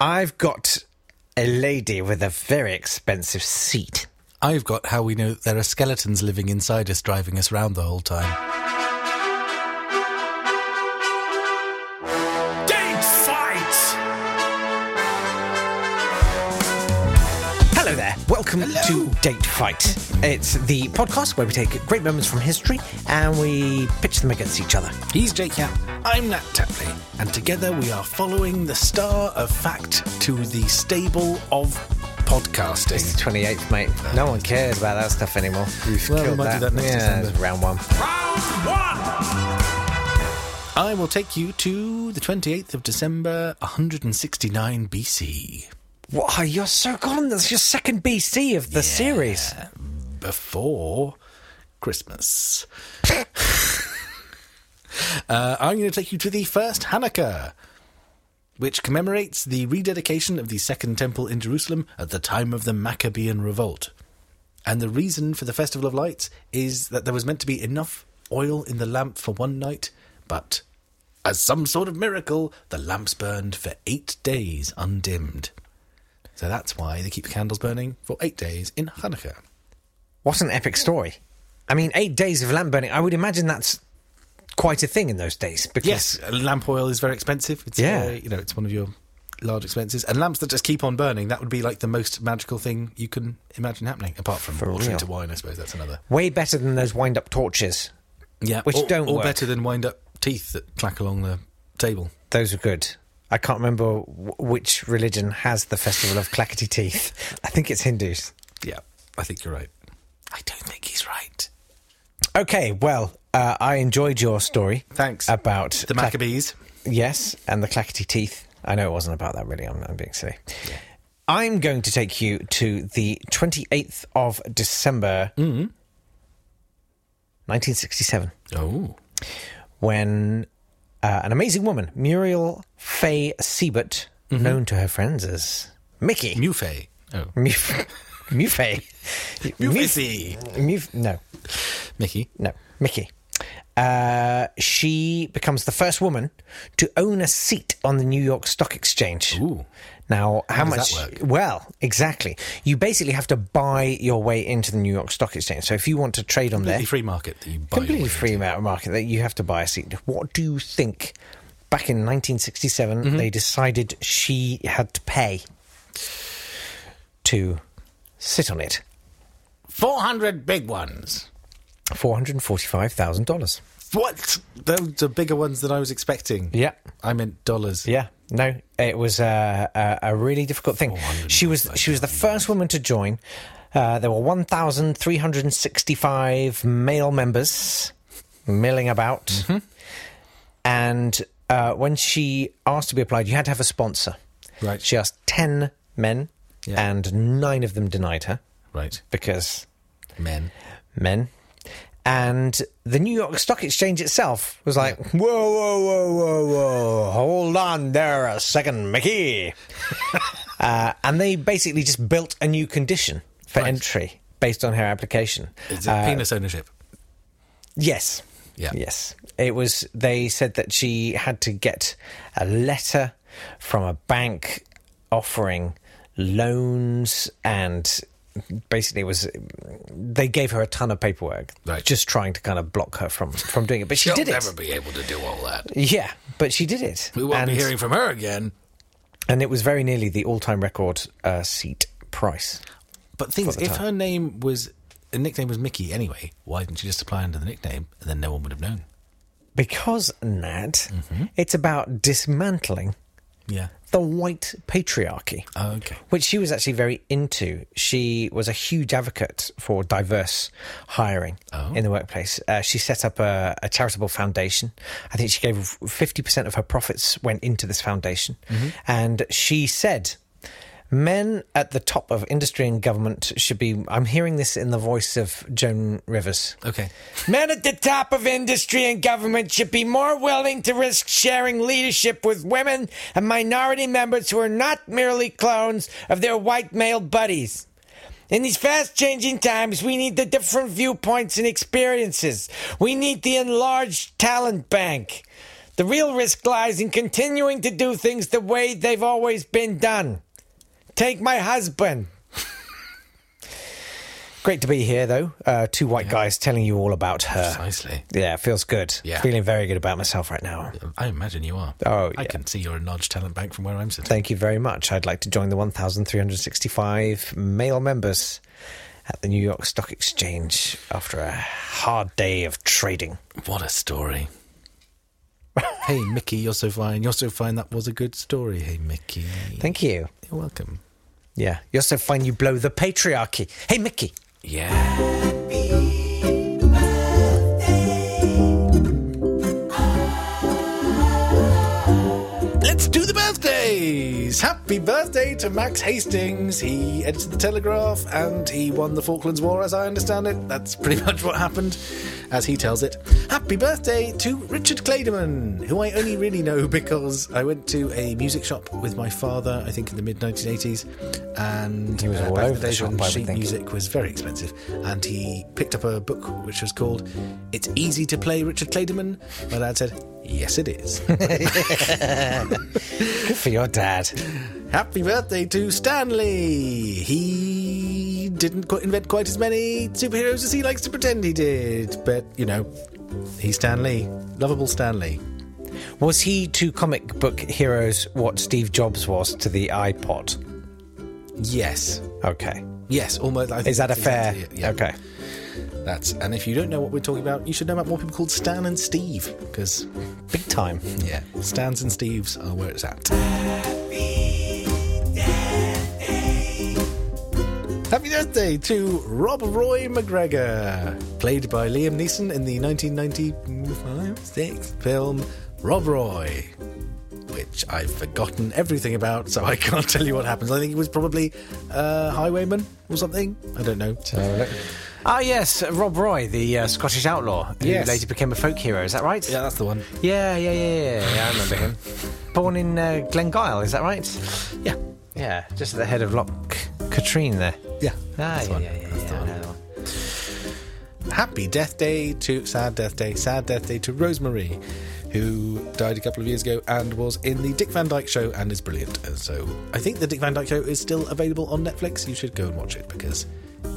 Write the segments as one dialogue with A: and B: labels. A: I've got a lady with a very expensive seat.
B: I've got how we know there are skeletons living inside us driving us round the whole time.
C: Date fight!
A: Hello there. Welcome to Date Fight. It's the podcast where we take great moments from history and we pitch them against each other.
B: He's Jake Yap. I'm Nat Tapley. And together we are following the star of fact to the stable of
A: It's
B: podcasting.
A: the 28th, mate. No one cares about that stuff anymore. We've
B: Well,
A: killed
B: we might do that next
A: yeah,
B: December.
A: it's round one.
C: Round one!
B: I will take you to the 28th of December, 169 BC.
A: Wow, you're so gone. That's your second BC of the series.
B: before Christmas. uh, I'm going to take you to the first Hanukkah, which commemorates the rededication of the Second Temple in Jerusalem at the time of the Maccabean Revolt. And the reason for the Festival of Lights is that there was meant to be enough oil in the lamp for one night, but as some sort of miracle, the lamps burned for eight days undimmed. So that's why they keep the candles burning for eight days in Hanukkah.
A: What an epic story. I mean, eight days of lamp burning. I would imagine that's quite a thing in those days because
B: Yes, uh, lamp oil is very expensive. It's
A: Yeah.
B: uh, you know, it's one of your large expenses. And lamps that just keep on burning, that would be like the most magical thing you can imagine happening, apart from
A: For
B: watering
A: real.
B: to wine, I suppose that's another.
A: way better than those wind up torches.
B: Yeah.
A: Which
B: or,
A: don't
B: or
A: work.
B: better than wind up teeth that clack along the table.
A: Those are good. I can't remember w- which religion has the festival of clackety teeth. I think it's Hindus.
B: Yeah. I think you're right. I don't think he's right.
A: Okay, well, uh, I enjoyed your story.
B: Thanks.
A: About
B: The
A: clack-
B: Maccabees.
A: Yes, and the clackety teeth. I know it wasn't about that, really. I'm, I'm being silly. I'm going to take you to the 28th of December, 1967,
B: Oh.
A: when uh, an amazing woman, Muriel Faye Siebert, known to her friends as Mickey.
B: Mufay. Oh.
A: Muf- Mufay. Muf-
B: Mufay.
A: Muf- No,
B: Mickey.
A: no, Mickey. Uh, she becomes the first woman to own a seat on the New York Stock Exchange.
B: Ooh.
A: Now, how,
B: does
A: much?
B: that work?
A: Well, exactly. You basically have to buy your way into the New York Stock Exchange. So if you want to trade on there,
B: The free market that you buy.
A: completely
B: your way
A: free ma- market, that you have to buy a seat. What do you think? Back in 1967,
B: Mm-hmm.
A: they decided she had to pay to sit on it.
B: 400 big ones.
A: Four hundred and forty-five thousand dollars.
B: What? Those are bigger ones than I was expecting.
A: Yeah.
B: I meant dollars.
A: Yeah, no, it was uh, a, a really difficult thing. She was she was the first woman to join. Uh, there were one thousand three hundred and sixty-five male members milling about,
B: Mm-hmm.
A: and uh, when she asked to be applied, you had to have a sponsor.
B: Right.
A: She asked ten men,
B: Yeah.
A: and nine of them denied her
B: Right.
A: because
B: Men.
A: men. And the New York Stock Exchange itself was like, whoa, whoa, whoa, whoa, whoa, hold on there a second, Mickey. uh, and they basically just built a new condition for
B: Right.
A: entry based on her application.
B: Is it
A: Uh,
B: penis ownership?
A: Yes.
B: Yeah.
A: Yes. It was, they said that she had to get a letter from a bank offering loans and basically it was they gave her a ton of paperwork
B: Right.
A: just trying to kind of block her from from doing it but she
B: She'll
A: did it
B: never be able to do all that.
A: yeah but she did it
B: We won't
A: and,
B: be hearing from her again.
A: and it was very nearly the all-time record uh, seat price
B: But things,
A: the
B: if
A: time.
B: her name was, her nickname was Mickey anyway, why didn't she just apply under the nickname and then no one would have known?
A: because nat
B: Mm-hmm.
A: it's about dismantling
B: Yeah.
A: the white patriarchy
B: Oh, okay.
A: which she was actually very into. She was a huge advocate for diverse hiring in the workplace. Uh, she set up a, a charitable foundation. I think she gave 50% of her profits went into this foundation. And she said, Men at the top of industry and government should be. I'm hearing this in the voice of Joan Rivers.
B: Okay.
A: Men at the top of industry and government should be more willing to risk sharing leadership with women and minority members who are not merely clones of their white male buddies. In these fast changing times, we need the different viewpoints and experiences. We need the enlarged talent bank. The real risk lies in continuing to do things the way they've always been done. Take my husband. Great to be here, though. Uh, two white guys telling you all about her.
B: Precisely.
A: Yeah, feels good.
B: Yeah.
A: Feeling very good about myself right now.
B: I imagine you are.
A: Oh,
B: I
A: yeah.
B: can see you're a large talent bank from where I'm sitting.
A: Thank you very much. I'd like to join the 1,365 male members at the New York Stock Exchange after a hard day of trading.
B: What a story. hey, Mickey, you're so fine. You're so fine. That was a good story. Hey, Mickey.
A: Thank you.
B: You're welcome.
A: Yeah. You're so fine, you blow the patriarchy. Hey, Mickey.
B: Yeah. Let's do the birthdays! Happy birthday to Max Hastings. He edited The Telegraph and he won the Falklands War, as I understand it. That's pretty much what happened, as he tells it. Happy birthday to Richard Clayderman, who I only really know because I went to a music shop with my father, I think in the mid 1980s, and uh,
A: He was all
B: back in
A: over the
B: days
A: shop,
B: when
A: I would
B: sheet
A: think.
B: music was very expensive, and he picked up a book which was called "It's Easy to Play Richard Clayderman." My dad said, "Yes, it is."
A: Good for your dad.
B: Happy birthday to Stanley! He didn't qu- invent quite as many superheroes as he likes to pretend he did, but you know, he's Stanley, lovable Stanley.
A: Was he to comic book heroes what Steve Jobs was to the iPod?
B: Yes,
A: Okay.
B: yes, almost. I think
A: Is that a
B: that's
A: fair?
B: exactly it, yeah.
A: Okay.
B: That's and if you don't know what we're talking about, you should know about more people called Stan and Steve because
A: Big time.
B: Yeah. Stans and Steves are where it's at. Happy birthday to Rob Roy McGregor, played by Liam Neeson in the 1995-6 film Rob Roy, which I've forgotten everything about, so I can't tell you what happens. I think he was probably uh, highwayman or something. I don't know.
A: Ah, yes. Rob Roy, the uh, Scottish outlaw, who
B: Yes.
A: later became a folk hero. Is that right?
B: Yeah, that's the one.
A: Yeah, yeah, yeah, yeah, yeah, I remember him. Born in uh, Glengyle, is that right?
B: Yeah,
A: Yeah, just at the head of Loch Katrine there.
B: yeah.
A: Ah,
B: that's the
A: yeah,
B: one.
A: yeah, yeah,
B: That's the
A: yeah, I
B: one.
A: know that one.
B: Happy death day to sad death day, sad death day to Rosemary, who died a couple of years ago and was in the Dick Van Dyke show and is brilliant. And so I think the Dick Van Dyke show is still available on Netflix. You should go and watch it because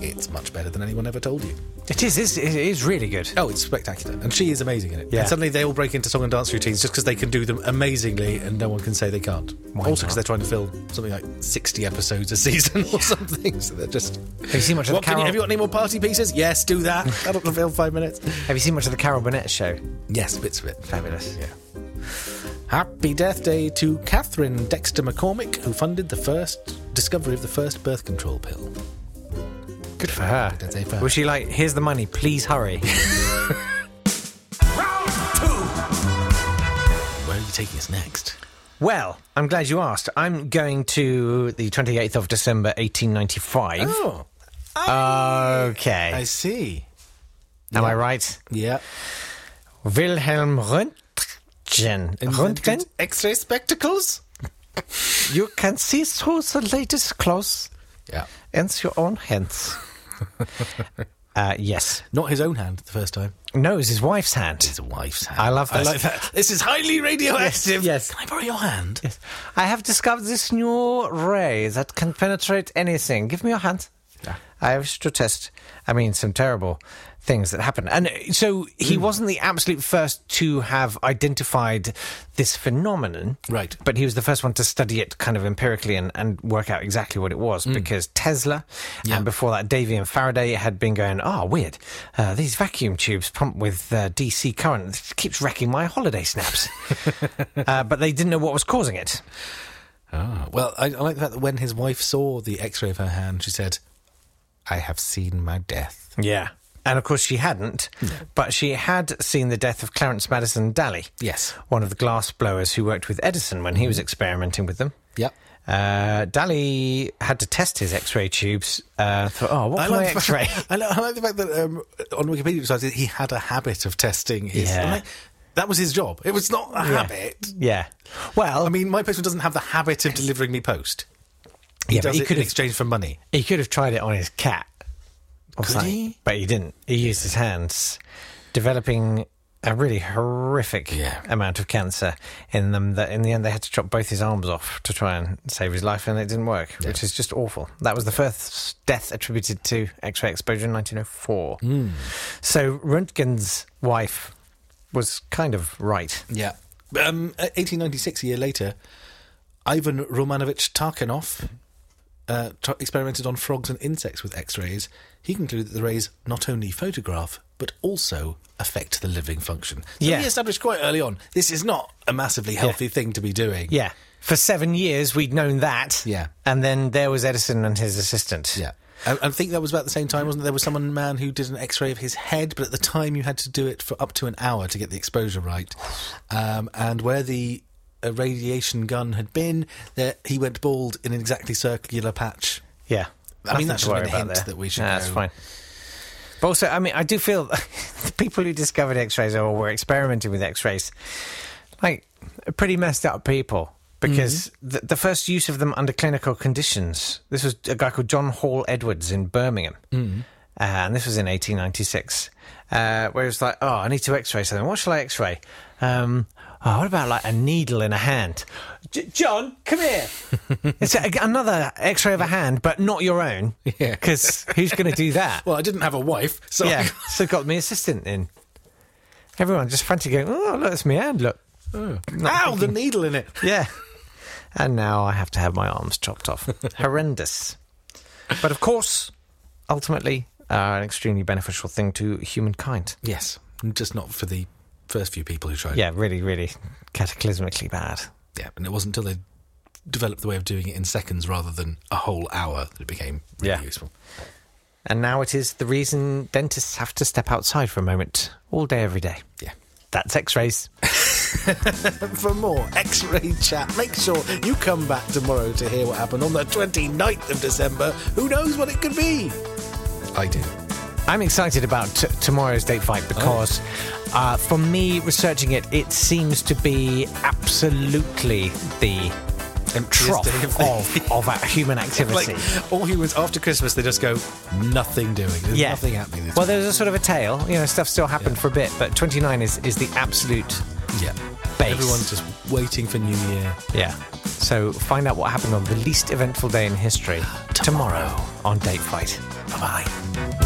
B: it's much better than anyone ever told you.
A: It is, is, it is really good.
B: Oh, it's spectacular. And she is amazing in it.
A: Yeah.
B: And suddenly they all break into song and dance routines just because they can do them amazingly and no one can say they can't.
A: Why
B: also because
A: not?
B: they're trying to fill something like 60 episodes a season or something. So they're just.
A: Have you seen much of the
B: What can you,
A: Carol?
B: have you got any more party pieces? Yes, do that. That'll fill five minutes.
A: Have you seen much of the Carol Burnett show?
B: Yes, bits of it.
A: Fabulous.
B: Yeah. Happy death day to Catherine Dexter McCormick, who funded the first discovery of the first birth control pill.
A: Good for her.
B: Don't say for her.
A: Was she like, here's the money, please hurry?
C: Round two.
B: Where are you taking us next?
A: well, I'm glad you asked. I'm going to the 28th of December, 1895.
B: Oh,
A: okay.
B: I see.
A: Am I right?
B: Yeah.
A: Wilhelm Röntgen. Röntgen?
B: Invented X-ray spectacles?
A: You can see through the latest clothes
B: Yeah.
A: and your own hands. uh, yes.
B: Not his own hand the first time.
A: No, it's his wife's hand.
B: His wife's hand.
A: I love
B: I
A: this.
B: like that. This is highly radioactive.
A: Yes, yes.
B: Can I borrow your hand?
A: I have discovered this new ray that can penetrate anything. Give me your hand.
B: Yeah.
A: I wish to test. I mean, some terrible things that happened. And uh, so he
B: Hmm.
A: wasn't the absolute first to have identified this phenomenon.
B: Right.
A: But he was the first one to study it kind of empirically and, and work out exactly what it was
B: Mm.
A: because Tesla and before that Davy and Faraday had been going, ah, weird. Uh, these vacuum tubes pumped with uh, DC current it keeps wrecking my holiday snaps. uh, but they didn't know what was causing it.
B: Ah, well, I, I like that when his wife saw the X-ray of her hand, she said, "I have seen my death."
A: Yeah. And of course, she hadn't, but she had seen the death of Clarence Madison Dally.
B: Yes. Mm.
A: One of the glass blowers who worked with Edison when he was experimenting with them.
B: Yep.
A: Uh, Dally had to test his X ray tubes. Uh, thought, oh, what can I
B: the
A: X ray?
B: fact, I, like, I like the fact that um, on Wikipedia it says he had a habit of testing his.
A: Yeah.
B: I'm like, that was his job. It was not a habit.
A: yeah. Well,
B: I mean, my postman doesn't have the habit of delivering me post. He
A: yeah, but
B: does
A: he
B: it
A: could
B: in
A: have
B: exchange for money.
A: he could have tried it on his cat. or
B: Could
A: something,
B: he?
A: But he didn't. He used his hands, developing a really horrific
B: Yeah.
A: amount of cancer in them that in the end they had to chop both his arms off to try and save his life and it didn't work which is just awful that was the first death attributed to x-ray exposure in 1904
B: Hmm.
A: so röntgen's wife was kind of right
B: Yeah. Um, 1896, a year later, Ivan Romanovich Tarkanov uh, t- experimented on frogs and insects with X rays. He concluded that the rays not only photograph, but also affect the living function. So
A: Yeah.
B: he established quite early on this is not a massively healthy thing to be doing.
A: yeah for seven years we'd known that
B: Yeah.
A: and then there was edison and his assistant
B: Yeah. I, I think that was about the same time, wasn't it? There was someone man who did an X-ray of his head, but at the time you had to do it for up to an hour to get the exposure right. Um, and where the uh, radiation gun had been, there he went bald in an exactly circular patch.
A: Yeah.
B: I
A: Nothing
B: mean, that
A: to
B: should have
A: worry
B: been a
A: about
B: hint
A: there.
B: that we should
A: Nah, That's
B: go-
A: fine. But also, I mean, I do feel the people who discovered X rays or were experimenting with X rays, like, are pretty messed up people because
B: Mm-hmm.
A: the, the first use of them under clinical conditions, this was a guy called John Hall Edwards in Birmingham.
B: Mm-hmm.
A: Uh, and this was in 1896, uh, where it was like, oh, I need to x ray something. What shall I x ray? Um, oh, what about like a needle in a hand? J- John, come here. it's a, another x ray of a hand, but not your own.
B: Yeah.
A: Because who's going to do that?
B: Well, I didn't have a wife, so
A: yeah. So got me assistant in. Everyone just frantically going, oh, look, it's my hand, look.
B: ow, the needle in it.
A: Yeah. And now I have to have my arms chopped off. Horrendous. But of course, ultimately, uh, an extremely beneficial thing to humankind.
B: Yes, just not for the first few people who tried.
A: Yeah, really, really cataclysmically bad.
B: yeah, and it wasn't until they developed the way of doing it in seconds rather than a whole hour that it became really
A: Yeah.
B: useful.
A: And now it is the reason dentists have to step outside for a moment all day, every day.
B: Yeah.
A: That's x rays.
B: For more X Ray Chat, make sure you come back tomorrow to hear what happened on the 29th of December. Who knows what it could be? I do.
A: I'm excited about t- tomorrow's date
B: Oh.
A: fight because, uh, for me, researching it, it seems to be absolutely the trough
B: day of
A: of,
B: the-
A: of, a- human
B: Like,
A: activity.
B: all humans after Christmas, they just go, nothing doing. There's
A: yeah.
B: nothing happening this
A: well,
B: well,
A: there's a sort of a tail. You know, stuff still happened for a bit, but 29 is, is the absolute.
B: Yeah.
A: Base.
B: Everyone's just waiting for New Year.
A: Yeah. So find out what happened on the least eventful day in history tomorrow, on Date Fight.
B: Bye bye.